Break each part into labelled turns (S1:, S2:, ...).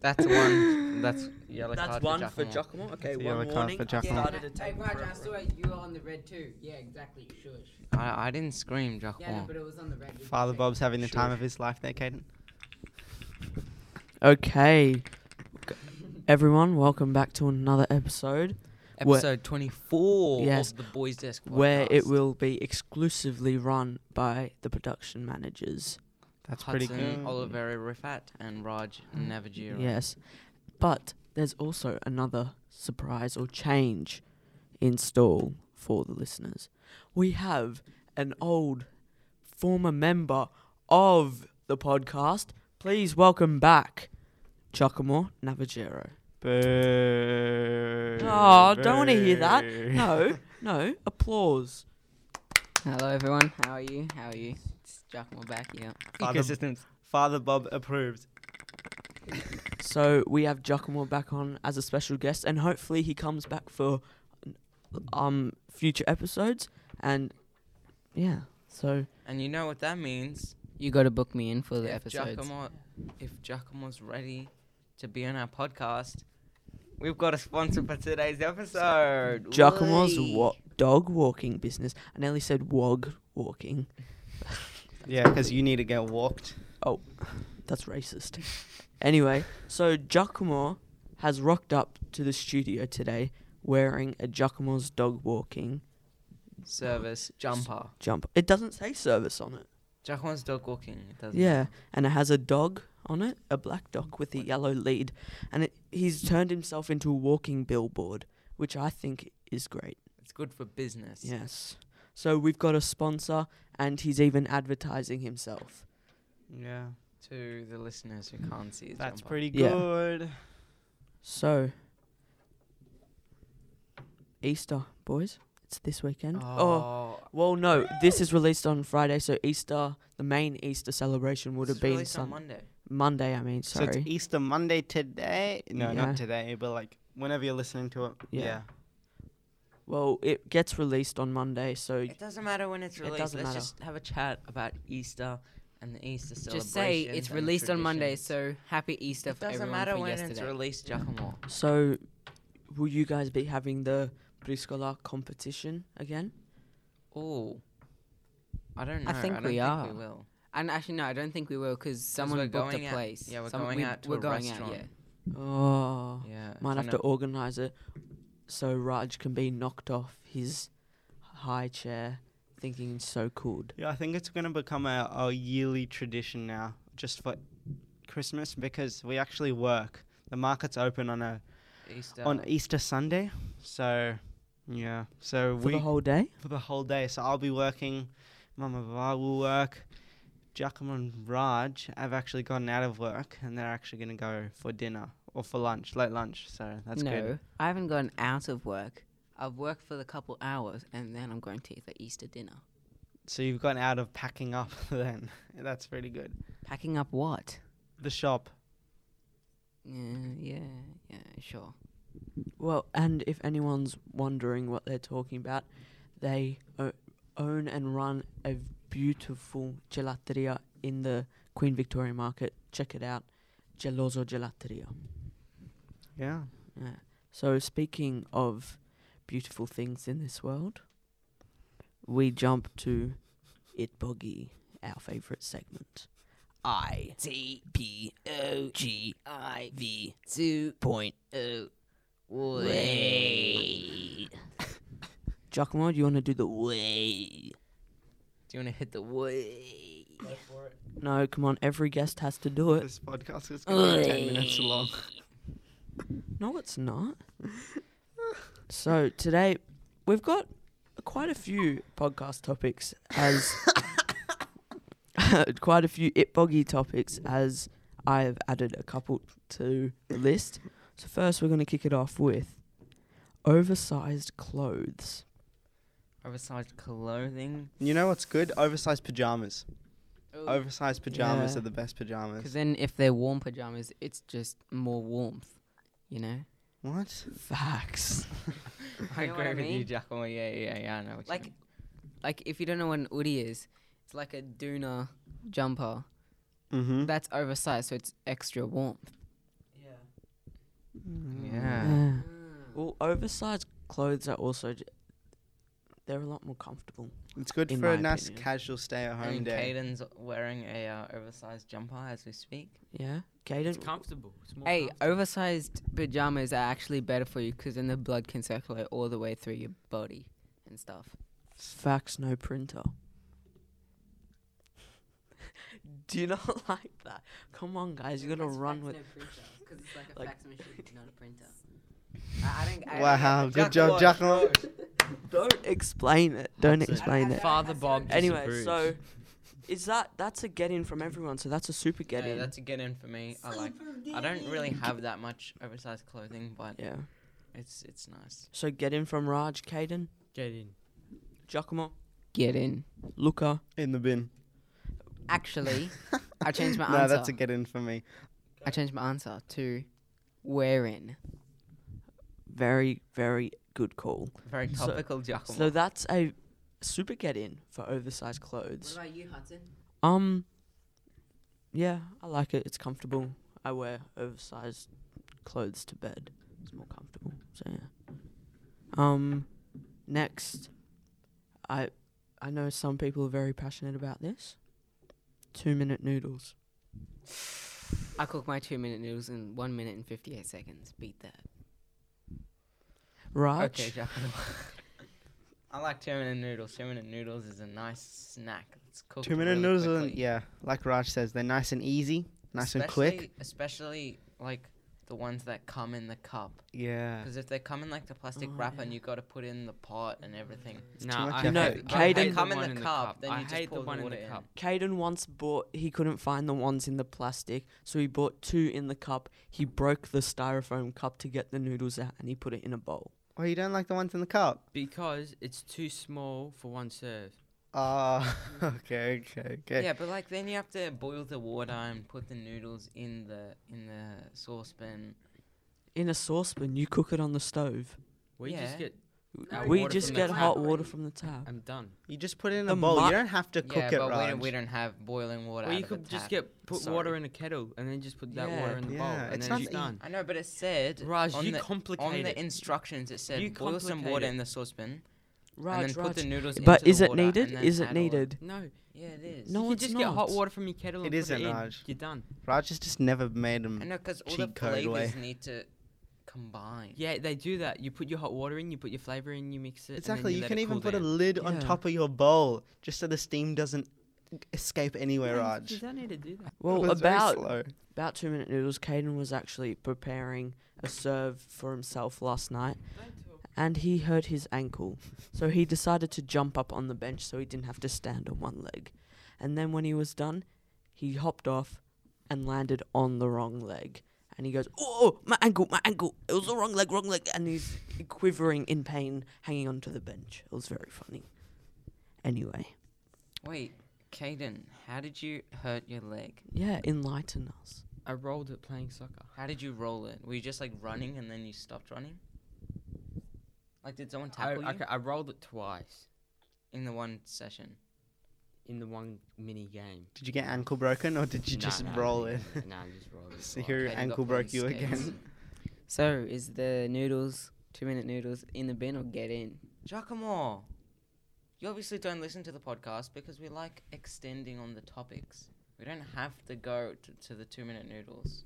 S1: That's one. That's yellow
S2: That's
S1: card
S2: one
S1: for
S2: for
S1: Giacomo.
S2: Giacomo. Okay,
S3: That's a
S2: one
S3: yellow card
S2: warning.
S3: for Giacomo.
S2: Started a
S4: Hey,
S2: table
S4: Raj,
S2: for
S4: I saw
S2: everyone.
S4: it. You were on the red too. Yeah, exactly. Shush.
S1: I, I didn't scream,
S4: Yeah, no,
S1: Giacomo.
S4: but it was on the red.
S3: Father Bob's having the time
S1: Sure.
S3: of his life there, Caden.
S5: Okay. G- Everyone, welcome back to another episode Where-
S1: Episode 24
S5: Yes.
S1: of the Boys Desk podcast.
S5: where it will be exclusively run by the production managers.
S3: That's
S1: Hudson,
S3: pretty cool.
S1: Oliveri Rifat and Raj Navajira.
S5: Yes. But there's also another surprise or change in store for the listeners. We have an old former member of the podcast. Please welcome back Giacomo Navajero.
S3: Boo.
S5: Oh, don't wanna hear that.
S3: Boo.
S5: No, no, applause.
S6: Hello everyone, how are you? How are you? It's Giacomo back, yeah.
S3: Father-
S1: Ecosystems.
S3: Father Bob approves.
S5: So we have Giacomo back on as a special guest, and hopefully he comes back for um future episodes. And yeah, so
S1: And you know what that means?
S6: You gotta book me in for the
S1: if
S6: episodes.
S1: Giacomo, if Giacomo's ready to be on our podcast, we've got a sponsor for today's episode.
S5: Giacomo's
S1: Whee!
S5: wa- dog walking business. I nearly said wog walking.
S3: Yeah, because you need to get walked.
S5: That's racist. anyway, so Giacomo has rocked up to the studio today wearing a Giacomo's dog walking
S1: service jumper.
S5: jumper. It doesn't say service on it.
S1: Giacomo's dog walking. It doesn't
S5: Yeah, and it has a dog on it, a black dog with a yellow lead, and it, he's turned himself into a walking billboard, which I think is great.
S1: It's good for business.
S5: Yes. So we've got a sponsor, and he's even advertising himself.
S3: Yeah,
S1: To the listeners who can't see his
S3: that's
S1: jumper.
S3: pretty
S5: Yeah.
S3: good.
S5: So Easter, boys, it's this weekend. Oh.
S1: Oh,
S5: Well, no, this is released on Friday, so Easter, the main Easter celebration would
S1: this
S5: have
S1: is
S5: been
S1: released on
S5: Sun-
S1: Monday.
S5: Monday. I mean,
S3: So it's E-
S5: sorry.
S3: Easter Monday today. No,
S5: Yeah.
S3: not today, but like whenever you're listening to it.
S5: Yeah.
S3: Yeah.
S5: well, it gets released on Monday, so
S1: It doesn't matter when it's
S5: It
S1: released.
S5: doesn't
S1: Let's
S5: matter.
S1: just have a chat about Easter and the Easter celebration.
S6: Just say it's released on Monday, so happy Easter
S1: it
S6: for
S1: doesn't
S6: everyone
S1: matter
S6: for
S1: when
S6: yesterday.
S1: it's released, Giacomo.
S5: So, will you guys be having the Briscola competition again?
S1: Oh, I don't know.
S6: I think
S1: don't
S6: we are.
S1: we will. 'Cause
S6: and actually, no, I don't think we will because someone
S1: we're
S6: booked
S1: going
S6: a
S1: out-
S6: place.
S1: yeah, we're
S6: Someone-
S1: going
S6: we-
S1: out to
S6: we're
S1: a
S6: going
S1: restaurant.
S6: Out, yeah.
S5: Oh,
S1: Yeah. it's
S5: might
S1: on
S5: have to
S1: a-
S5: organise it so Raj can be knocked off his high chair, thinking he's so cool.
S3: Yeah, I think it's going to become a, a yearly tradition now, just for Christmas, because we actually work. The market's open on a
S1: Easter.
S3: on Easter Sunday, so yeah. So
S5: For
S3: we
S5: the whole day?
S3: for the whole day. So I'll be working. Mama Var will work. Giacomo and Raj have actually gotten out of work, and they're actually going to go for dinner or for lunch, late lunch. So that's
S6: no,
S3: good.
S6: I haven't gone out of work. I've worked for the couple hours and then I'm going to the Easter dinner.
S3: So you've gotten out of packing up then. That's pretty good.
S6: Packing up what?
S3: The shop.
S6: Yeah, yeah, yeah, sure.
S5: Well, and if anyone's wondering what they're talking about, they o- own and run a beautiful gelateria in the Queen Victoria Market. Check it out, Geloso Gelateria.
S3: Yeah.
S5: Yeah. So speaking of beautiful things in this world, we jump to It Boggy, our favourite segment. I
S6: T P O G I V two point oh. Way.
S5: Giacomo, do you wanna do the way?
S1: Do you want to hit the way?
S5: No, come on, every guest has to do it.
S3: This podcast is going to be 10 minutes long.
S5: No, it's not. so today we've got quite a few podcast topics as quite a few it boggy topics as I have added a couple to the list. So first we're going to kick it off with oversized clothes.
S1: Oversized clothing.
S3: You know what's good? Oversized pajamas.
S6: Because
S3: Oversized pajamas
S5: Yeah.
S3: are the best pajamas.
S6: Oh. then, if they're warm pajamas, it's just more warmth, you know.
S3: What?
S5: Facts.
S1: I
S6: You know what
S1: agree
S6: I
S1: with you,
S6: mean?
S1: Giacomo. Yeah, yeah, yeah. I know what
S6: Like-
S1: you mean.
S6: Like if you don't know what an hoodie is, it's like a Duna jumper.
S3: Mm-hmm.
S6: That's oversized, so it's extra warmth.
S5: Yeah.
S1: Yeah.
S5: Yeah.
S4: Ah.
S5: Well, oversized clothes are also j- they're a lot more comfortable.
S3: It's good
S5: In
S3: for a
S5: my
S3: nice
S5: opinion.
S3: casual stay at home
S1: And
S3: day.
S1: Caden's wearing a uh, oversized jumper as we speak.
S5: Yeah.
S2: It's
S5: Caden.
S2: comfortable. It's more
S6: Hey,
S2: comfortable.
S6: oversized pajamas are actually better for you 'cause then the blood can circulate all the way through your body and stuff.
S5: Fax no printer. Do you not like that? Come on, guys, you gotta
S4: That's
S5: run
S4: fax
S5: with.
S4: no printer, 'cause it's like a
S5: Like-
S4: fax machine, not a printer. I, I don't. I
S3: Wow,
S4: Don't
S3: good job, Giacomo.
S5: Don't explain it. Don't
S2: That's it.
S5: explain it.
S2: Father Bob.
S5: Anyway,
S2: disapproves.
S5: so is that that's a get in from everyone? So that's a super get in.
S1: that's a get in for me. I like. I don't really have that much oversized clothing, but
S5: yeah.
S1: it's it's nice.
S5: So get in from Raj, Caden,
S2: get in.
S5: Giacomo,
S6: Get in.
S5: Luca.
S3: In the bin.
S6: Actually, I changed my
S3: no,
S6: answer.
S3: that's a get in for me.
S6: I changed my answer to wear in.
S5: Very, very good call.
S1: Very
S5: So-
S1: topical, Giacomo.
S5: So that's a super get in for oversized
S4: What
S5: clothes.
S4: about you, Hudson?
S5: Um, yeah, I like it. It's comfortable. I wear oversized clothes to bed. It's more comfortable. So yeah. Um, next, I I know some people are very passionate about this. Two minute noodles.
S6: I cook my two minute noodles in one minute and 58 seconds. Beat that.
S5: Raj,
S1: okay, Giacomo. I like two minute noodles. Two minute noodles is a nice snack. It's cooked.
S3: Two minute
S1: really
S3: noodles, are,
S1: quickly.
S3: yeah, like Raj says, they're nice and easy, nice and quick.
S1: Especially- Especially like the ones that come in the cup.
S3: Yeah.
S1: Because if they come in like the plastic
S5: Oh,
S1: wrapper and
S5: yeah.
S1: you got to put in the pot and everything.
S2: Nah,
S3: much
S2: I
S3: effort. No,
S2: hate- I hate
S5: Caden-
S2: the
S1: Come in
S2: one
S1: the cup, then
S2: I
S1: you just
S2: hate the
S1: pour the
S2: one in
S1: water
S2: the
S1: in.
S2: cup.
S5: Caden once bought. He couldn't find the ones in the plastic, so he bought two in the cup. He broke the styrofoam cup to get the noodles out, and he put it in a bowl.
S3: Oh, you don't like the ones in the cup?
S2: Because it's too small for one serve.
S3: Oh,
S2: Mm.
S3: okay, okay, okay.
S1: Yeah, but like then you have to boil the water and put the noodles in the in the saucepan.
S5: In a saucepan, you cook it on the stove.
S2: We
S1: Yeah.
S2: just get.
S4: No,
S5: we
S2: water
S5: just
S2: from the
S5: get
S2: tap.
S5: hot water from the tap.
S2: I'm done.
S3: You just put it in
S5: The
S3: a bowl.
S5: mu-
S3: you don't have to cook
S1: yeah,
S3: it,
S1: but we
S3: Raj.
S1: don't, we don't have boiling water.
S2: Or
S1: out
S2: you
S1: of a
S2: could just
S1: tap.
S2: get put
S1: Sorry.
S2: water in a kettle and then just put that
S5: Yeah.
S2: water in the bowl
S3: Yeah,
S2: and
S3: it's
S2: then it's
S3: not
S2: done.
S1: I know, but it said
S2: Raj,
S1: on
S2: you
S1: the
S2: complicate
S1: on the
S2: it.
S1: instructions it said
S2: You
S1: boil some
S2: complicate
S1: water
S2: it.
S1: in the saucepan
S5: Raj,
S1: and then put the noodles.
S5: But
S1: into
S5: is
S1: the
S5: it
S1: water
S5: needed?
S1: and then
S5: Is
S1: add
S5: it
S1: all of-
S5: needed?
S2: No,
S1: Yeah, it is.
S5: No,
S2: you could
S5: it's
S2: just get hot
S5: not.
S2: water from your kettle.
S3: It
S2: and
S3: is
S2: put
S3: an
S2: it in.
S3: Raj.
S2: You're done.
S3: Raj has just never made
S1: I
S3: them.
S1: know because all the
S3: Mm. Cheat code way.
S1: flavors need to combine.
S2: Yeah, they do that. You put your hot water in, you put your flavor in, you mix it.
S3: Exactly.
S2: And
S3: You
S2: then
S3: can
S2: you let it
S3: even
S2: cool
S3: put
S2: down.
S3: a lid on
S5: Yeah.
S3: top of your bowl just so the steam doesn't escape anywhere,
S2: Yeah,
S3: Raj.
S2: You don't need to do that.
S5: Well,
S3: It was very
S5: about
S3: slow.
S5: about two minute noodles. Caden was actually preparing a serve for himself last night, and he hurt his ankle, so he decided to jump up on the bench so he didn't have to stand on one leg. And then when he was done, he hopped off and landed on the wrong leg. And he goes, "Oh, my ankle, my ankle! It was the wrong leg, wrong leg!" And he's quivering in pain, hanging onto the bench. It was very funny. Anyway.
S1: Wait, Caden, how did you hurt your leg?
S5: Yeah, enlighten us.
S2: I rolled it playing soccer.
S1: How did you roll it? Were you just like running and then you stopped running? Like, did someone
S2: I,
S1: tackle you
S2: okay, I rolled it twice
S1: in the one session?
S2: in the one mini game.
S3: Did you get ankle broken or did you
S2: Nah,
S3: just
S2: nah,
S3: roll
S2: nah,
S3: it?
S2: nah, Nah, I just rolled it.
S3: So
S2: twice.
S3: your
S1: Caden got
S3: ankle
S1: bloody
S3: broke you
S1: skates.
S3: again.
S6: So, is the noodles, two minute noodles, in the bin or get in?
S1: Giacomo, you obviously don't listen to the podcast because we like extending on the topics. We don't have to go t- to the two minute noodles.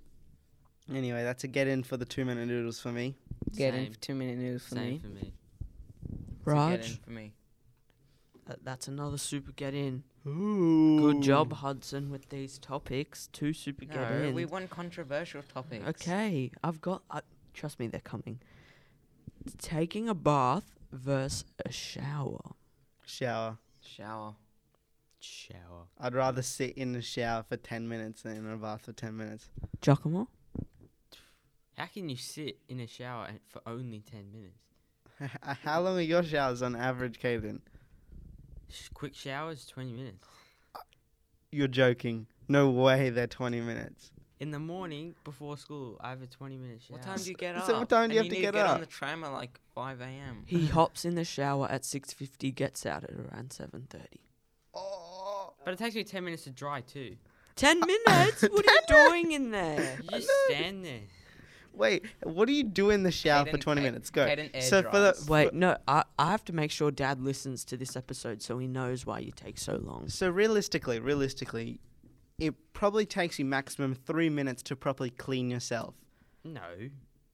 S3: Anyway, that's a get in for the two minute noodles for me.
S6: Get in
S2: Same.
S6: for two minute noodles for
S2: Same
S6: me.
S2: for me.
S1: It's a get in
S5: Raj,
S1: for me.
S5: that, that's another super get in.
S3: Ooh.
S5: Good job, Hudson, with these topics. Two super get
S1: No,
S5: in.
S1: we want controversial topics.
S5: okay, I've got. Uh, trust me, they're coming. Taking a bath versus a shower.
S3: Shower.
S1: Shower.
S2: Shower.
S3: I'd rather sit in the shower for 10 minutes than in a bath for 10 minutes.
S5: Giacomo?
S2: How can you sit in a shower and- for only 10 minutes?
S3: How long are your showers on average, Caden?
S2: Sh- quick showers, 20 minutes.
S3: You're joking. No way they're 20 minutes.
S2: In the morning before school, I have a 20 minute shower.
S1: What time do you get up?
S3: So what time do you
S1: And
S3: have to
S1: need
S3: get
S1: on
S3: up?
S1: the tram at like 5 a.m.
S5: He hops in the shower at 6.50, gets out at around 7.30.
S3: Oh.
S2: But it takes me 10 minutes to dry too.
S5: Ten minutes? What are you doing in there?
S2: You just stand there.
S3: Wait, what do you do in the shower for
S1: Caden-
S3: 20
S1: Ca-
S3: minutes? Go.
S1: Caden air
S3: So for the
S1: dries.
S5: Wait, no, I, I have to make sure Dad listens to this episode so he knows why you take so long.
S3: So realistically, realistically, it probably takes you maximum three minutes to properly clean yourself.
S2: No,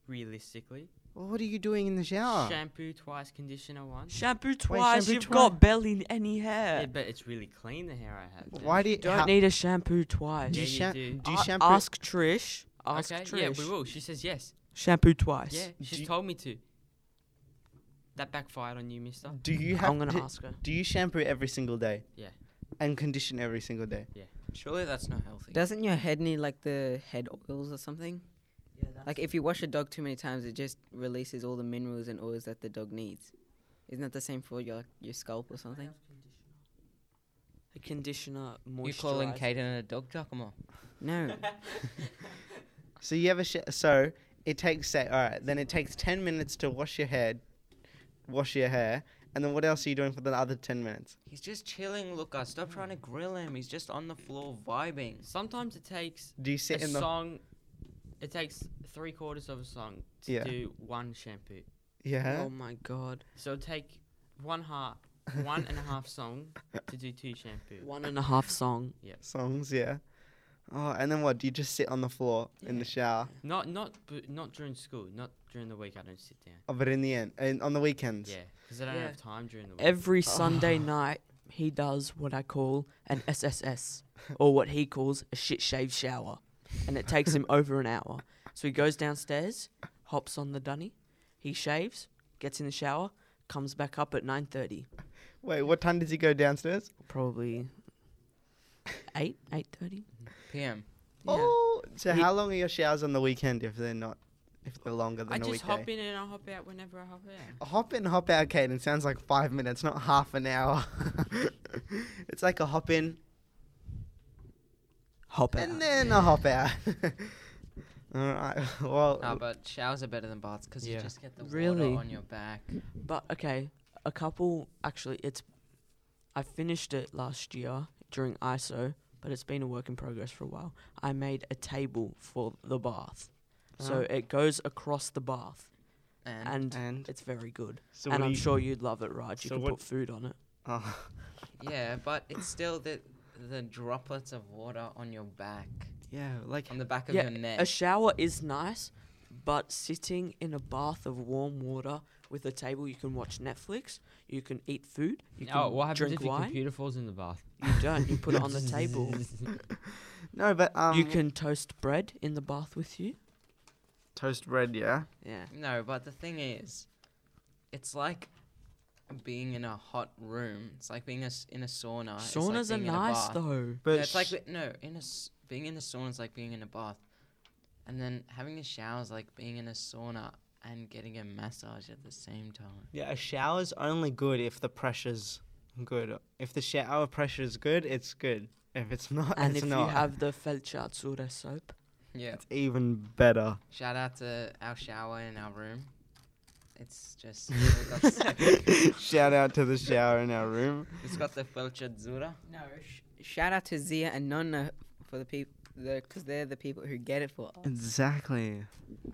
S2: realistically.
S3: Well, what are you doing in the shower?
S2: Shampoo twice, conditioner once.
S5: Shampoo twice.
S3: shampoo
S5: you've
S3: twice.
S5: got barely any hair.
S2: Yeah, but it's really clean the hair I have. now.
S3: Why do you
S5: Don't
S3: how-
S5: need a shampoo twice.
S3: do you,
S2: Yeah, you
S3: sha-
S2: do.
S3: do you
S5: A-
S3: shampoo?
S5: Ask Trish. Ask
S2: Okay,
S5: Trish.
S2: yeah, we will. She says yes.
S5: Shampoo twice.
S2: Yeah,
S3: Do
S2: she's
S3: you-
S2: told me to. That backfired on you, mister.
S3: do you have?
S5: I'm gonna
S3: do,
S5: ask her.
S3: do you shampoo every single day?
S2: Yeah.
S3: And condition every single day.
S1: Surely that's not healthy.
S6: Doesn't your head need like the head oils or something? Like if you wash a dog too many times, it just releases all the minerals and oils that the dog needs. Isn't that the same for your your scalp or something?
S5: A conditioner, moisturizer.
S1: you calling Caden a dog Giacomo?
S6: No.
S3: So you have a sh- so it takes say all right. Then it takes 10 minutes to wash your head, wash your hair, and then what else are you doing for the other 10 minutes?
S1: He's just chilling, Luca. Stop trying to grill him. He's just on the floor vibing.
S2: Sometimes it takes
S3: Do you
S2: a
S3: sit in the
S2: song. It takes three quarters of a song to
S3: Yeah.
S2: do one shampoo.
S3: yeah?
S5: Oh my god.
S2: So it'll take one half, one and a half song to do two shampoo.
S5: One and a half song.
S3: songs, yeah. Oh, and then what? Do you just sit on the floor in the shower?
S2: Not not bu- not during school. Not during the week. I don't sit down.
S3: Oh, but in the end, and on the weekends.
S2: Yeah, because I don't
S1: Yeah.
S2: have time during the week.
S5: Every Sunday night, he does what I call an SSS, or what he calls a shit shave shower, and it takes him over an hour. So he goes downstairs, hops on the dunny, he shaves, gets in the shower, comes back up at nine thirty,
S3: Wait, what time does he go downstairs?
S5: probably eight eight thirty.
S1: PM.
S3: Oh, so
S5: He-
S3: how long are your showers on the weekend if they're not, if they're longer
S2: I
S3: than a
S2: just
S3: weekday?
S2: hop in and I hop out whenever I hop out.
S3: A hop in, hop out, Caden sounds like five minutes, not half an hour. it's like a hop in
S5: Hop out.
S3: and then a hop out. All right. Well,
S1: Nah, but showers are better than baths because
S3: Yeah.
S1: you just get the
S5: Really?
S1: water on your back.
S5: But okay, a couple actually it's I finished it last year during ISO, but it's been a work in progress for a while. I made a table for the bath. So it goes across the bath
S1: And,
S5: and,
S3: and
S5: it's very good.
S3: so
S5: and
S3: what do
S5: I'm
S3: you-
S5: sure you'd love it, Raj. You
S3: so
S5: can
S3: what-
S5: put food on it.
S3: Oh,
S1: yeah, but it's still the the droplets of water on your back,
S3: yeah, like
S1: on the back of
S5: Yeah,
S1: your neck.
S5: A shower is nice, but sitting in a bath of warm water with a table you can watch Netflix, you can eat food, you can
S2: oh, what happens
S5: drink
S2: if your
S5: wine.
S2: computer falls in the bath?
S5: You don't, you put it on the table.
S3: no, but um,
S5: you can toast bread in the bath with you.
S3: toast bread, yeah.
S5: Yeah.
S1: No, but the thing is, it's like being in a hot room. It's like being a s in a sauna. It's like
S5: Saunas are
S1: being in a
S5: nice
S1: bath.
S5: though.
S1: No,
S3: But
S1: it's like
S3: sh-
S1: be- no, in a s- being in a sauna is like being in a bath, and then having a shower is like being in a sauna and getting a massage at the same time.
S3: Yeah, a shower's only good if the pressure's good. If the shower pressure is good, it's good. If it's not,
S5: And
S3: it's
S5: if
S3: not.
S5: you have the Felchatsura soap,
S1: Yeah.
S3: it's even better.
S1: Shout out to our shower in our room. It's just it's got,
S3: Shout out to the shower in our room.
S1: it's got the Felchazzura.
S6: no. Sh- shout out to Zia and Nonna for the people, because they're the people who get it for us.
S3: Exactly.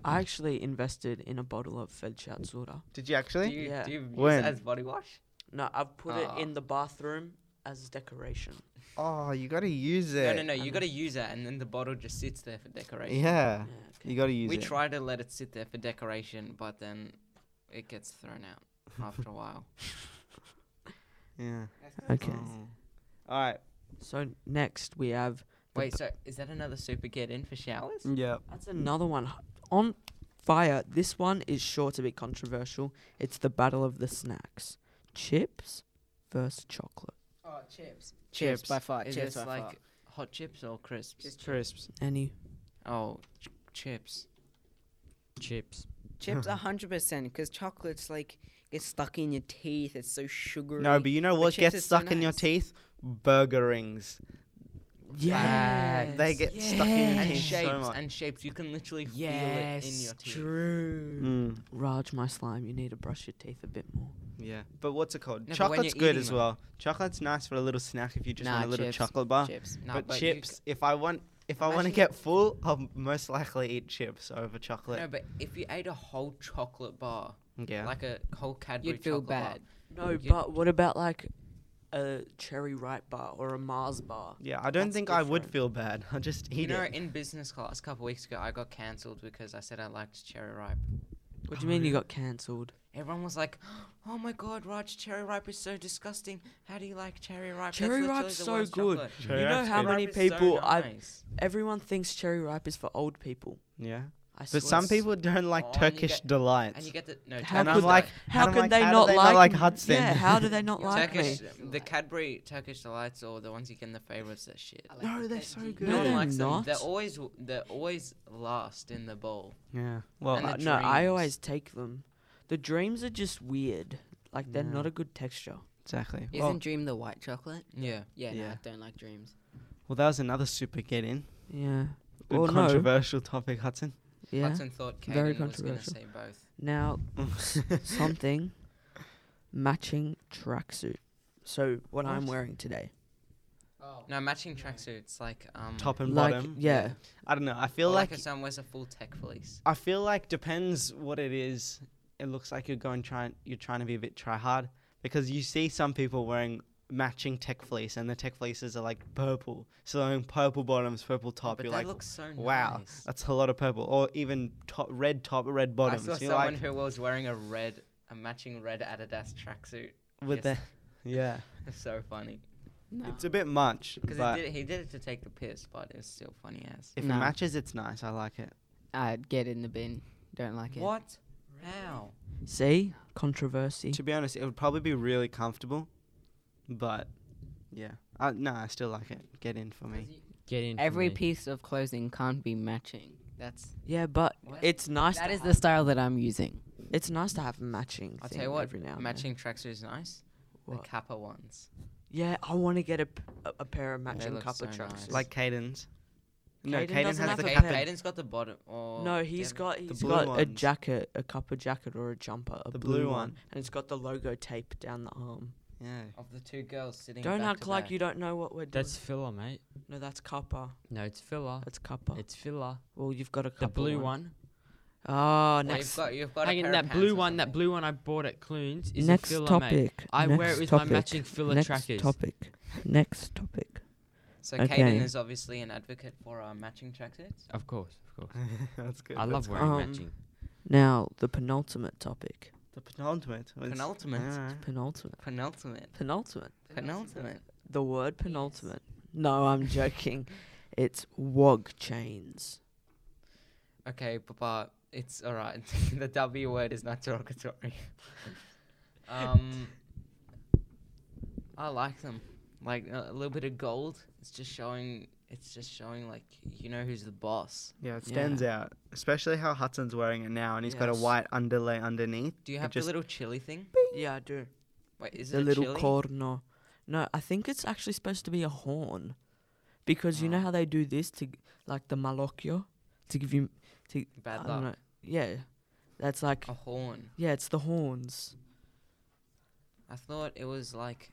S5: I actually invested in a bottle of Felchatsura.
S3: Did you
S1: Do
S3: actually?
S1: you,
S5: Yeah.
S1: do you use
S3: When?
S1: it as body wash?
S5: No, I've put
S1: Ah.
S5: it in the bathroom as decoration.
S3: Oh, you gotta use it.
S1: No, no, no. You
S5: And-
S1: gotta use it, and then the bottle just sits there for decoration.
S3: Um, Yeah,
S5: Yeah,
S3: you gotta use
S1: we
S3: it.
S1: try to let it sit there for decoration, but then it gets thrown out after a while.
S3: Yeah. Oh.
S5: Okay.
S1: Ah.
S3: All right.
S5: So next we have
S1: Wait, so is that another super get in for showers?
S3: Yeah.
S5: that's another one h- on fire. This one is sure to be controversial. It's the battle of the snacks: chips versus chocolate.
S6: Oh, chips.
S3: Chips.
S6: Chips, by far.
S1: Is
S6: chips
S1: this
S6: by
S1: like
S6: far.
S1: hot chips or crisps?
S6: Just
S3: Crisps.
S5: Any?
S1: oh, ch- chips.
S2: Chips.
S6: Chips, a hundred percent. Because chocolate's like gets stuck in your teeth. It's so sugary.
S3: No, but you know
S6: The
S3: what
S6: chips
S3: gets
S6: is so
S3: stuck in your
S6: nice.
S3: teeth? Burger rings. Ah,
S5: Yeah.
S3: They get stuck in your
S1: And
S3: teeth
S1: shapes
S3: so much.
S1: and shapes. You can literally feel it in your teeth.
S2: true.
S3: Mm.
S5: Raj, my slime, you need to brush your teeth a bit more.
S3: Yeah, but what's it called?
S1: No, but when you're
S3: Chocolate's good
S1: eating
S3: as
S1: them.
S3: well. Chocolate's nice for a little snack if you just
S6: Nah,
S3: want a little
S6: chips.
S3: chocolate bar.
S6: chips.
S1: Nah,
S3: but,
S1: but you c-
S3: chips, if I want, if I want to
S1: Imagine-
S3: get full, I'll most likely eat chips over chocolate.
S1: No, but if you ate a whole chocolate bar,
S3: yeah.
S1: like a whole Cadbury
S6: You'd feel
S1: chocolate bar,
S6: bad.
S5: No,
S1: you'd-
S5: but what about like a cherry ripe bar or a Mars bar?
S3: yeah, I don't
S5: that's
S3: think I would
S5: different.
S3: feel bad. I just eat
S1: you know,
S3: it.
S1: in business class a couple weeks ago, I got cancelled because I said I liked cherry ripe.
S5: What do you mean you got cancelled?
S1: Everyone was like, "Oh my God, Raj, cherry ripe is so disgusting. How do you like cherry ripe? That's
S5: Cherry
S1: literally
S5: ripe's
S1: the
S5: so
S1: worst
S5: good.
S1: chocolate."
S3: Cherry
S5: you know
S3: ripe's
S5: how
S3: good.
S5: many
S1: Cherry ripe is so
S5: people I
S1: nice.
S5: everyone thinks cherry ripe is for old people.
S3: Yeah.
S5: I
S3: But some people don't like
S1: Oh, and you
S3: Turkish
S1: get-
S3: delights.
S1: and you get the no.
S5: How
S1: Turkish
S3: and I'm
S5: could-
S3: like,
S1: delight.
S5: how
S3: and I'm
S5: could
S3: like,
S5: they
S3: how do
S5: not
S3: they
S5: like
S3: not like
S5: me?
S3: Hudson?
S5: Yeah, how do they not like me?
S1: Turkish,
S4: me.
S1: the Cadbury Turkish delights or the ones you get in the favorites. That shit.
S4: I like
S3: No,
S4: the
S3: they're
S4: veggie.
S3: so
S4: No,
S3: good.
S1: No one
S5: they're
S1: likes them. They're
S5: not.
S1: always they're always last in the bowl.
S3: Yeah.
S1: And
S3: Well,
S1: the
S5: Uh, no, I
S1: dreams.
S5: always take them. The dreams are just weird. Like they're
S3: Yeah.
S5: not a good texture.
S3: exactly.
S6: Isn't
S3: Well,
S6: Dream the white chocolate?
S1: Yeah.
S6: Yeah, no,
S3: Oh. Yeah.
S6: I don't like dreams.
S3: well, that was another super get in.
S5: Yeah.
S3: The
S5: Well, no.
S3: controversial topic, Hudson.
S5: Yeah.
S1: Hudson thought Caden
S5: Very
S1: was going to
S5: controversial.
S1: say both.
S5: Now something matching tracksuit. So what, I'm
S3: What?
S5: wearing today.
S4: Oh.
S1: No, matching tracksuits like um.
S3: Top and
S5: like
S3: bottom.
S5: yeah.
S3: I don't know. I
S1: Or
S3: feel
S1: like,
S3: like,
S1: if someone wears a full tech fleece.
S3: I feel like depends what it is. It looks like you're going trying you're trying to be a bit try hard because you see some people wearing matching tech fleece and the tech fleeces are like purple. So they're wearing purple bottoms, purple top.
S1: but
S3: you're
S1: that
S3: like,
S1: looks so
S3: wow,
S1: nice.
S3: that's a lot of purple. Or even top red top, red
S1: I
S3: bottoms.
S1: saw
S3: you're
S1: someone
S3: like
S1: who was wearing a red, a matching red Adidas tracksuit.
S3: with
S1: yes.
S3: the yeah.
S1: It's so funny
S6: No.
S3: It's a bit much,
S1: because
S3: but
S1: did, he did it to take the piss, but it's still funny as.
S3: if
S6: No.
S3: it matches, it's nice. I like it.
S6: I'd get in the bin. Don't like it.
S1: What? How?
S5: See? Controversy.
S3: To be honest, it would probably be really comfortable, but yeah, I, no, I still like it. Get in for me.
S2: Get in. for
S6: Every
S2: me.
S6: piece of clothing can't be matching. That's
S5: Yeah, but
S1: What?
S5: it's nice
S6: that
S5: to
S6: is the
S5: have,
S6: style that I'm using.
S5: it's nice to have a matching
S1: I'll
S5: thing
S1: tell you what.
S5: every now and then.
S1: Matching tracksuit is nice.
S5: What?
S1: The Kappa ones.
S5: Yeah, I want to get a, p- a- a pair of matching
S1: look so
S5: couple tracksuits.
S1: nice.
S3: Like Caden's. No,
S5: Caden
S3: Caden has
S5: doesn't have
S3: the
S5: a
S1: Ca-
S5: Kappa.
S3: Kappa.
S1: Caden's got the bottom. Or
S5: no,
S1: he's
S5: he's got he's
S3: blue
S5: got a
S3: ones.
S5: jacket, a copper jacket or a jumper, a
S3: The
S5: blue,
S3: blue
S5: one,
S3: one.
S5: and it's got the logo taped down the arm.
S3: Yeah.
S1: of the two girls sitting.
S5: Don't
S1: back
S5: act
S1: to
S5: like
S1: back.
S5: you don't know what we're doing.
S2: That's filler, mate.
S5: no, that's copper.
S2: No, it's filler.
S5: That's copper.
S2: It's filler.
S5: well, you've got a
S2: The
S5: copper
S2: blue
S5: one.
S2: one.
S5: Ah,
S1: Well, you've
S5: next
S1: got, you've got a
S2: Hang
S1: pair
S2: on,
S1: of
S2: that
S1: pants
S2: blue
S1: or
S2: one, that
S1: something.
S2: blue one I bought at Clunes is
S5: next
S2: a filler, mate.
S5: topic.
S2: I
S5: next
S2: wear it with
S5: topic.
S2: my matching filler
S5: next
S2: trackers.
S5: topic. Next topic.
S1: So
S5: Okay.
S1: Caden is obviously an advocate for uh, matching tracksuits.
S2: Of course, of course.
S3: That's good.
S2: I love
S3: that's
S2: wearing
S5: cool. Um,
S2: matching.
S5: Now the penultimate topic.
S3: good. The penultimate. was-
S1: Penultimate.
S3: Alright.
S5: Penultimate.
S1: Penultimate.
S5: Penultimate.
S1: Penultimate.
S5: The word penultimate. No, I'm joking. It's wog chains.
S1: Okay, but, but it's all right. the W word is not derogatory. um, I like them. Like a a little bit of gold. It's just showing. It's just showing like you know who's the boss.
S3: Yeah, it
S5: Yeah.
S3: stands out. Especially how Hudson's wearing it now and he's got a
S5: Yes.
S3: white underlay underneath.
S1: Do you
S3: It
S1: have
S3: just-
S1: the little chili thing?
S5: Yeah, I do.
S1: Wait, is
S5: the
S1: it
S5: little
S1: chili?
S5: corno. No, I think it's actually supposed to be a horn, because you know
S1: Ah.
S5: how they do this to g- like the malocchio to give you. I
S1: Bad
S5: don't
S1: luck.
S5: know. Yeah, that's like
S1: A horn.
S5: yeah, it's the horns.
S1: I thought it was like.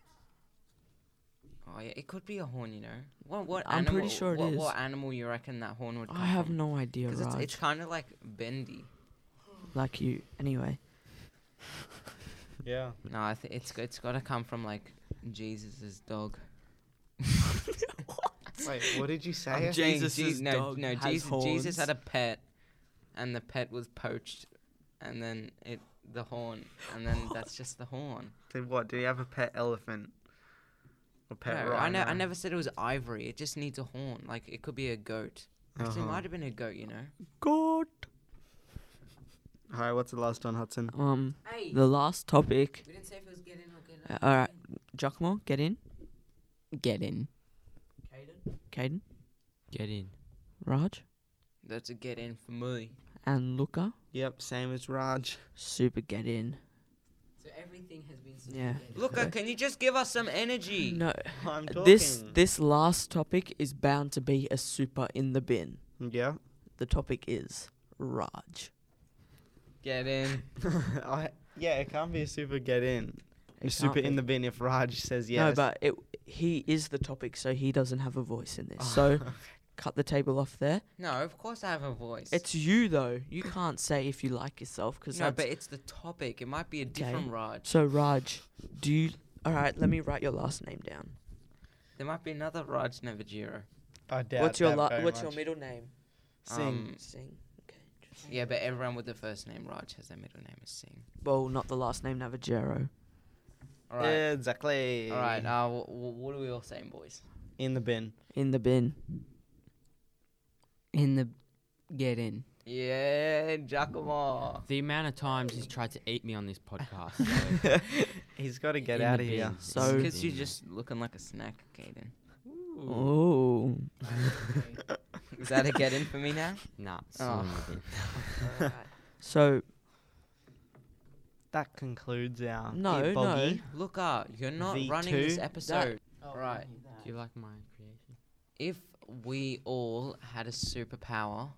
S1: Oh yeah, it could be a horn. You know what? What
S5: I'm
S1: animal?
S5: pretty sure it
S1: what,
S5: is.
S1: what animal you reckon that horn would? Come
S5: I have
S1: from?
S5: no idea,
S1: 'Cause
S5: Raj.
S1: it's, it's kind of like bendy.
S5: like you, anyway.
S3: Yeah.
S1: No, I think it's it's got to come from like Jesus's dog.
S3: Wait, what did you say?
S5: I'm
S1: Saying
S5: Jesus'
S1: Je- no,
S5: dog
S1: no,
S5: has
S1: Jesus, Jesus had a
S5: horns.
S1: pet, and the pet was poached, and then it the horn, and then that's just the horn.
S3: Did what? Do you have a pet elephant? Or pet
S1: No,
S3: rhino?
S1: I, ne- I never said it was ivory. It just needs a horn. Like it could be a goat. Actually, it
S3: Uh-huh.
S1: might have been a goat. You know.
S5: God.
S3: All right, what's the last one, Hudson?
S5: Um,
S4: Hey,
S5: the last topic.
S4: we didn't say if it was get in or get
S5: Uh,
S4: out.
S5: all right, Giacomo, get in.
S6: Get in.
S5: Caden,
S2: Get in.
S5: Raj,
S1: That's a get in for me.
S5: and Luca.
S3: Yep, same as Raj.
S5: Super get in.
S4: So everything has been such a
S5: Yeah.
S4: get in.
S1: Luca, can you just give us some energy?
S5: No,
S3: I'm
S5: this this last topic is bound to be a super in the bin.
S3: Yeah.
S5: The topic is Raj.
S1: Get in.
S3: I, yeah, it can't be a super get in.
S5: It
S3: super
S5: can't
S3: in
S5: be.
S3: the bin if Raj says yes. Oh,
S5: No, but it he is the topic, so he doesn't have a voice in this. So cut the table off there.
S1: No, of course I have a voice.
S5: It's you though. You can't say if you like yourself because
S1: no, but it's the topic. It might be a different Raj.
S5: so Raj, do you? All right, let me write your last name down.
S1: There might be another Raj Navajiro.
S3: I doubt
S5: what's your
S3: that
S5: la-
S3: very
S5: What's your
S3: much. Hmm.
S5: middle name?
S3: Sing.
S1: Um,
S5: Singh. Okay.
S1: yeah, but everyone with the first name Raj has their middle name as Singh.
S5: Well, not the last name Navajero.
S1: All right.
S3: Exactly.
S1: All right. Uh, w- w- what are we all saying, boys?
S3: In the bin.
S5: In the bin.
S6: In the get in.
S1: Yeah, Giacomo.
S2: The amount of times he's tried to eat me on this podcast. so
S3: He's got to get
S2: in
S3: out
S2: the
S3: of here.
S2: bin.
S5: So-
S2: In the
S1: because you're
S2: bin.
S1: just looking like a snack, Caden.
S5: Oh.
S1: Is that a get in for me now?
S2: nah. it's
S5: Ah.
S2: not in the bin.
S5: So
S3: That concludes our
S5: No,
S3: Eat Boggy.
S5: no.
S1: Look up. You're not
S3: V
S1: running this
S3: two.
S1: episode.
S4: Oh,
S1: Right.
S2: Do you like my creation?
S1: If we all had a superpower,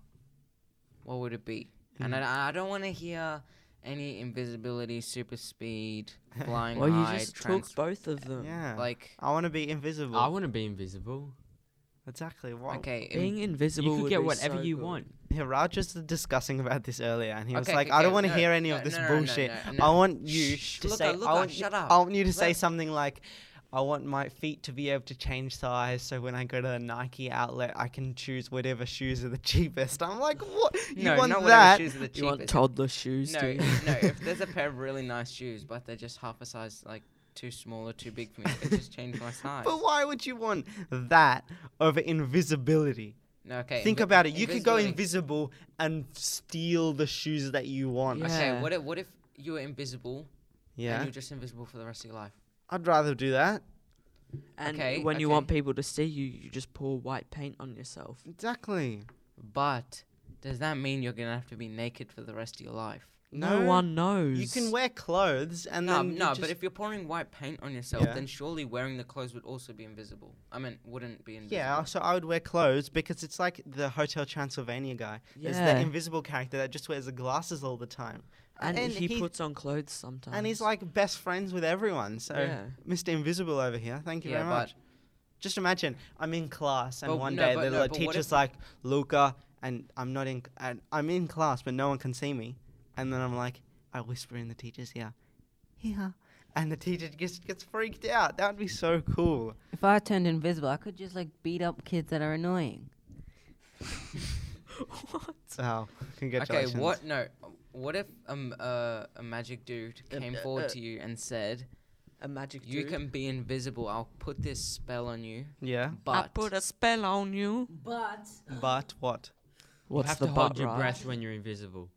S1: what would it be? And I, I don't want to hear any invisibility, super speed, flying
S5: well, you
S1: high,
S5: just
S1: trans-
S5: took both of them.
S3: Yeah.
S1: like
S3: I want to be invisible.
S2: I want to be invisible.
S3: exactly. What? Okay.
S1: okay,
S5: Being invisible.
S2: You could
S5: would
S2: get
S5: be
S2: whatever
S5: so
S2: you
S5: good.
S2: want.
S3: Yeah, Raj was discussing about this earlier, and he was
S1: Okay,
S3: like,
S1: okay,
S3: "I
S1: okay,
S3: don't want to
S1: no,
S3: hear any
S1: no,
S3: of this
S1: no, no, no,
S3: bullshit.
S1: no, no.
S3: I want you
S1: Shh,
S3: to
S1: look,
S3: say.
S1: I- look,
S3: I
S1: I-
S3: want
S1: shut
S3: you,
S1: up.
S3: I want you to say
S1: Look.
S3: something like." I want my feet to be able to change size, so when I go to a Nike outlet, I can choose whatever shoes are the cheapest. I'm like, what? You
S1: no,
S3: want
S1: not
S3: that?
S1: whatever shoes are the cheapest.
S5: You want toddler shoes?
S1: no,
S5: too?
S1: no. If there's a pair of really nice shoes, but they're just half a size like too small or too big for me, I could just change my size.
S3: But why would you want that over invisibility?
S1: No, okay.
S3: Think
S1: invi-
S3: about it. You could go
S1: invisibility.
S3: invisible and steal the shoes that you want.
S5: Yeah.
S1: Okay, what if what if you were invisible and
S3: Yeah.
S1: you're just invisible for the rest of your life?
S3: I'd rather do that.
S5: And
S1: Okay,
S5: when you
S1: okay.
S5: want people to see you, you just pour white paint on yourself.
S3: Exactly.
S1: But does that mean you're gonna have to be naked for the rest of your life?
S5: No, one knows.
S3: You can wear clothes and
S1: no,
S3: then. you
S1: no.
S3: just-
S1: But if you're pouring white paint on yourself,
S3: Yeah.
S1: then surely wearing the clothes would also be invisible. I mean, wouldn't be invisible.
S3: Yeah, so I would wear clothes because it's like the Hotel Transylvania guy. There's that
S5: Yeah.
S3: invisible character that just wears the glasses all the time.
S5: and,
S3: and
S5: he,
S3: he-
S5: puts on clothes sometimes.
S3: And he's like best friends with everyone. So,
S5: Yeah.
S3: Mr. Invisible over here, thank you
S1: Yeah,
S3: very
S1: but-
S3: much. Just imagine, I'm in class, and
S1: But
S3: one
S1: no,
S3: day
S1: but
S3: the
S1: no,
S3: like,
S1: but what
S3: teacher's
S1: if-
S3: like, Luca, and I'm not in, and I'm in class, but no one can see me. And then I'm like, I whisper in the teacher's ear, yeah. And the teacher just gets freaked out. That would be so cool.
S4: If I turned invisible, I could just like beat up kids that are annoying.
S3: So,
S1: Okay,
S3: congratulations.
S1: what? No. What if um, uh, a magic dude
S3: Uh,
S1: came forward to you and said,
S5: a magic
S1: You can be invisible. I'll put this spell on you.
S3: Yeah,
S5: I
S1: But
S5: put a spell on you.
S4: But
S3: but what?
S5: What's
S2: you have
S5: the
S2: to
S5: but,
S2: hold your
S5: right?
S2: breath when you're invisible.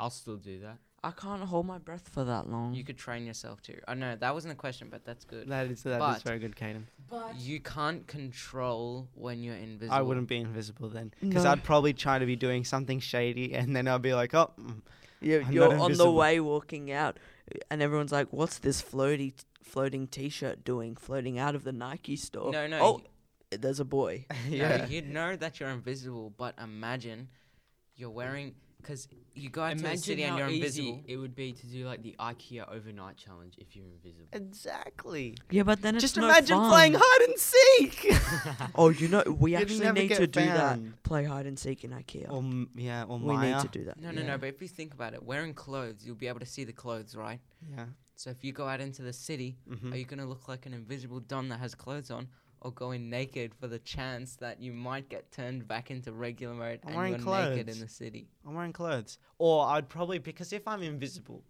S2: I'll still do that.
S5: I can't hold my breath for that long.
S1: you could train yourself to. I know that wasn't a question, but that's good.
S3: That is that is
S1: But-
S3: very good, Caden.
S1: You can't control when you're invisible.
S3: I wouldn't be invisible then, because
S5: No.
S3: I'd probably try to be doing something shady, and then I'd be like, oh, mm,
S5: you're
S3: I'm
S5: you're
S3: not
S5: on the
S3: invisible.
S5: way walking out, and everyone's like, "What's this floaty floating T-shirt doing? Floating out of the Nike store?"
S1: No, no,
S5: Oh, there's a boy.
S1: Yeah. you know that you're invisible, but imagine you're wearing because you go out to the city and you're invisible.
S2: it would be to do like the IKEA overnight challenge if you're invisible.
S3: exactly.
S5: Yeah, but then it's
S3: Just
S5: no
S3: imagine playing
S5: fun.
S3: hide and seek.
S5: Oh, you know, we
S3: You'd
S5: actually
S3: never
S5: need
S3: get
S5: to do
S3: found.
S5: that. Play hide and seek in IKEA.
S3: or m- yeah, or
S5: we
S3: Oh, Maya.
S5: need to do that.
S1: No, no,
S5: Yeah.
S1: no. But if you think about it, wearing clothes, you'll be able to see the clothes, right?
S3: Yeah.
S1: So if you go out into the city,
S3: Mm-hmm.
S1: are you gonna look like an invisible don that has clothes on? Or go in naked for the chance that you might get turned back into regular mode
S3: I'm
S1: and
S3: wearing
S1: you're naked
S3: clothes.
S1: in the city.
S3: I'm wearing clothes, or I'd probably because if I'm invisible,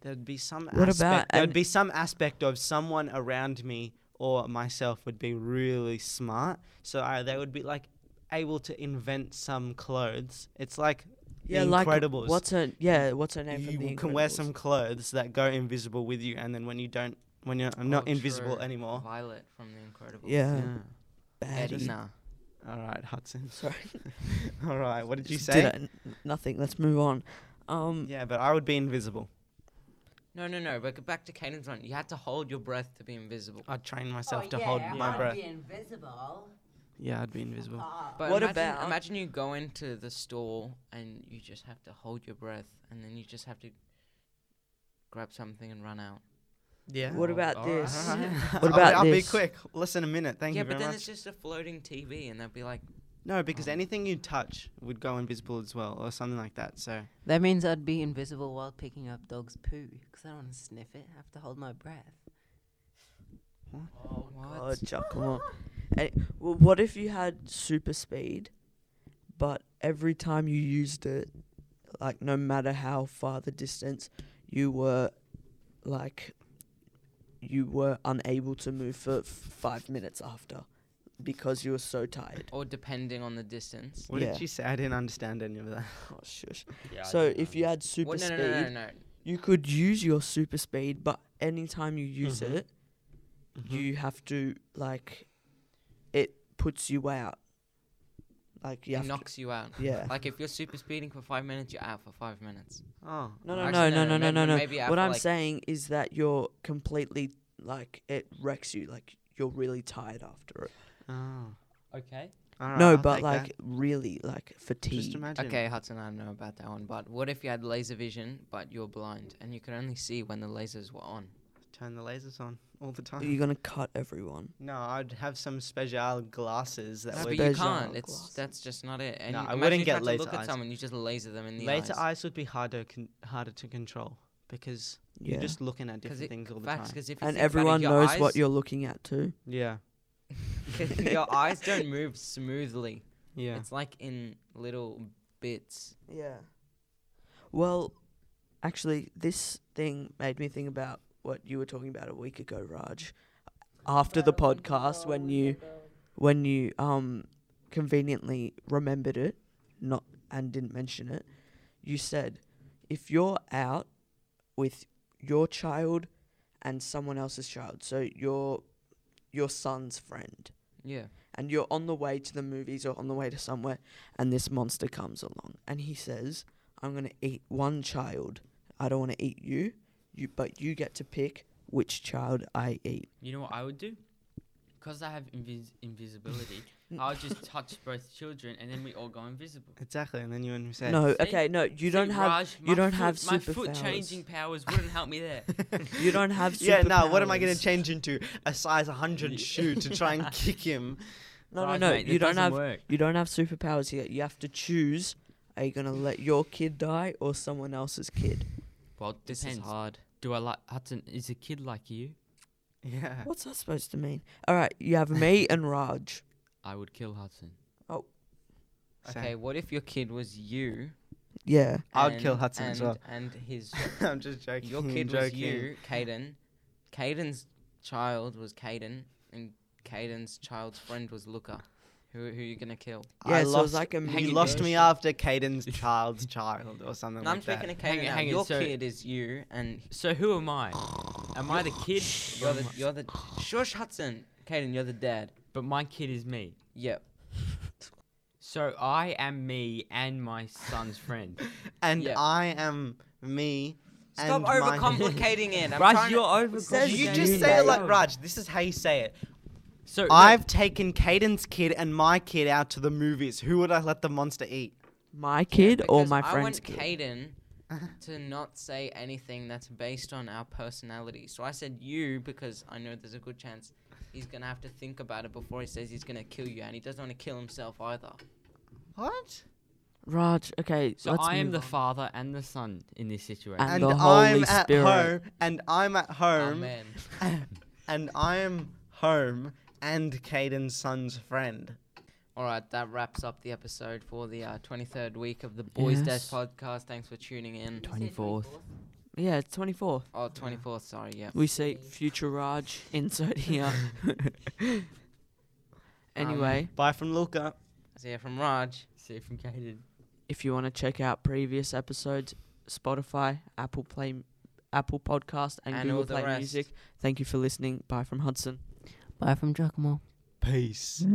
S3: there'd be some
S5: What about
S3: aspect. There'd
S5: an-
S3: be some aspect of someone around me or myself would be really smart, so I, they would be like able to invent some clothes. It's like
S5: Yeah,
S3: the
S5: like
S3: Incredibles.
S5: what's her? Yeah, what's her name from the
S3: you can wear
S5: Incredibles?
S3: some clothes that go invisible with you, and then when you don't, when you're not
S1: Oh,
S3: invisible
S1: true.
S3: anymore.
S1: Violet from The Incredibles.
S5: Yeah, bad.
S1: Edna.
S3: All right, Hudson.
S5: Sorry.
S3: All right, what did you
S5: Just
S3: say?
S5: did it. N- Nothing. Let's move on. Um,
S3: Yeah, but I would be invisible.
S1: No, no, no. But back to Caden's one. You had to hold your breath to be invisible.
S3: I'd train
S4: Oh,
S1: Oh,
S3: myself to hold my breath.
S4: invisible.
S3: Yeah, I'd be invisible.
S1: But
S5: What
S1: imagine,
S5: about-
S1: Imagine you go into the store and you just have to hold your breath, and then you just have to grab something and run out.
S3: Yeah.
S5: what
S1: Oh,
S5: about
S1: alright.
S5: this?
S3: All right.
S5: What about
S3: I'll, be- I'll
S5: this?
S3: be quick. Less than a minute. Thank
S1: yeah,
S3: you very
S1: but then
S3: much.
S1: it's just a floating TV, and they'll be like,
S3: No, because
S5: Oh.
S3: anything you touch would go invisible as well, or something like that. So
S4: That means I'd be invisible while picking up dog's poo, 'cause I don't want to sniff it. I have to hold my breath.
S1: Oh, what?
S5: Oh, Chuck, come on. Hey, well, what if you had super speed, but every time you used it, like no matter how far the distance, you were like you were unable to move for f- five minutes after because you were so tired.
S1: Or depending on the distance.
S3: what
S5: Yeah.
S3: did you say? I didn't understand any of that.
S5: Oh shush. so if you had super
S1: What? No, no,
S5: speed,
S1: no, no, no.
S5: you could use your super speed, but anytime you use
S1: Mm-hmm.
S3: Mhm.
S5: it, you have to like it puts you out. Like you
S1: It
S5: have to,
S1: knocks you out.
S5: yeah.
S1: Like if you're super speeding for five minutes, you're out for five minutes.
S3: oh
S5: No, no,
S1: Actually,
S5: no, no, no, no,
S1: may-
S5: no, no.
S1: Maybe out
S5: What
S1: for,
S5: I'm
S1: like-
S5: saying is that you're completely like it wrecks you. Like you're really tired after it.
S3: oh.
S1: Ah, Okay.
S3: Alright,
S5: no,
S3: I'll
S5: but
S3: take
S5: like
S3: that.
S5: really like
S3: just
S5: fatigue.
S3: imagine.
S1: Okay, Hudson, I don't know about that one, but what if you had laser vision, but you're blind and you could only see when the lasers were on?
S3: Turn the lasers on all the time.
S5: You're gonna cut everyone.
S3: No, I'd have some special glasses that
S1: No, but
S3: would.
S1: you
S5: Laser
S1: can't. It's
S5: glasses.
S1: that's just not it. And
S3: No,
S1: you-
S3: I
S1: imagine
S3: wouldn't
S1: you
S3: get
S1: tried to
S3: laser
S1: look at
S3: eyes.
S1: someone, you just laser them in the
S3: Laser
S1: eyes.
S3: eyes would be harder con- harder to control because
S5: Yeah.
S3: you're just looking at
S1: 'Cause
S3: different
S1: it-
S3: things all the
S1: Facts,
S3: time.
S1: because if you think
S5: and
S1: about it,
S5: everyone
S1: your
S5: knows
S1: eyes,
S5: what you're looking at too.
S3: Yeah,
S1: your eyes don't move smoothly.
S3: yeah.
S1: It's like in little bits.
S5: Yeah. Well, actually, this thing made me think about what you were talking about a week ago, Raj. After the podcast, when you, when you um, conveniently remembered it, not and didn't mention it, you said, if you're out with your child and someone else's child, so your your son's friend,
S1: Yeah.
S5: and you're on the way to the movies or on the way to somewhere, and this monster comes along and he says, I'm going to eat one child. I don't want to eat you, you, but you get to pick which child I eat.
S2: You know what I would do? Because I have invis- invisibility, I would just touch both children, and then we all go invisible.
S3: Exactly, and then you and you said,
S5: No,
S2: See?
S5: okay, no, you
S2: See,
S5: don't have
S2: Raj,
S5: you
S2: my
S5: don't
S2: foot,
S5: have
S2: my foot
S5: superpowers.
S2: changing powers wouldn't help me there.
S5: you don't have
S3: Yeah, now what am I going
S5: superpowers.
S3: to change into? A size 100 shoe to try and kick him.
S5: No, no,
S2: Raj,
S5: no,
S2: mate,
S5: you
S2: that
S5: don't
S2: doesn't
S5: have
S2: work.
S5: you don't have superpowers here. You have to choose are you going to let your kid die or someone else's kid?
S2: Well, it
S1: This
S2: depends.
S1: is hard.
S2: Do I like Hudson? Is a kid like you?
S3: Yeah.
S5: What's that supposed to mean? All right, you have me and Raj.
S2: I would kill Hudson.
S3: Same.
S1: Okay, what if your kid was you?
S5: Yeah.
S3: I would kill
S1: and-
S3: Hudson as
S1: and-
S3: well.
S1: And his
S3: I'm just joking.
S1: your
S3: I'm
S1: kid was
S3: joking.
S1: you, Caden. Caden's child was Caden, and Caden's child's friend was Luca. Who who you gonna kill?
S5: Yeah, so
S3: I
S5: it was
S3: lost,
S5: like a
S3: he
S5: mini
S3: lost me
S5: version.
S3: after Caden's child's child or something
S1: No, I'm
S3: like
S1: speaking
S3: that.
S1: of
S2: Hang
S1: Caden.
S2: on,
S1: now.
S2: hang on,
S1: Your
S2: so-
S1: kid is you, and
S2: So who am I? Am I the kid?
S1: you're the you're the shush Hudson. Caden, you're the dad.
S2: But my kid is me.
S1: Yep.
S2: So I am me and my son's friend.
S3: And
S1: Yeah.
S3: I am me.
S1: Stop
S3: and my-
S1: overcomplicating it. I'm
S2: Raj,
S1: trying
S2: you're
S1: to-
S2: overcomplicating.
S3: you
S5: Says
S3: just
S5: you,
S3: say it like
S5: mate.
S3: Raj. This is how you say it.
S2: So
S3: I've taken Caden's kid and my kid out to the movies. Who would I let the monster eat?
S5: My
S1: Yeah,
S5: kid or
S1: because
S5: my
S1: I
S5: friend's kid?
S1: want Caden to not say anything that's based on our personality. So I said you because I know there's a good chance he's gonna have to think about it before he says he's gonna kill you, and he doesn't want to kill himself either.
S3: What?
S5: Raj, okay,
S2: So
S5: let's
S2: I am
S5: move
S2: the
S5: on.
S2: father and the son in this situation.
S5: And
S3: And,
S5: the
S3: I'm
S5: Holy
S3: at
S5: Spirit.
S3: home. And I'm at home.
S1: Amen.
S3: and I'm home and Caden's son's friend.
S1: All right, that wraps up the episode for the uh, 23rd week of the Boys
S5: Yes.
S1: Dash podcast. Thanks for tuning in.
S2: 24th.
S5: Yeah, it's 24.
S1: Oh, 24th, sorry, yeah.
S5: We say future Raj insert here. anyway,
S1: Um,
S3: Bye from Luca.
S1: So yeah, from Raj.
S2: See it from Caden.
S5: if you want to check out previous episodes, Spotify, Apple Play, Apple Podcast, and,
S1: And all
S5: Google
S1: the
S5: Play
S1: rest.
S5: Music. Thank you for listening. Bye from Hudson.
S4: Bye from Giacomo.
S3: Peace.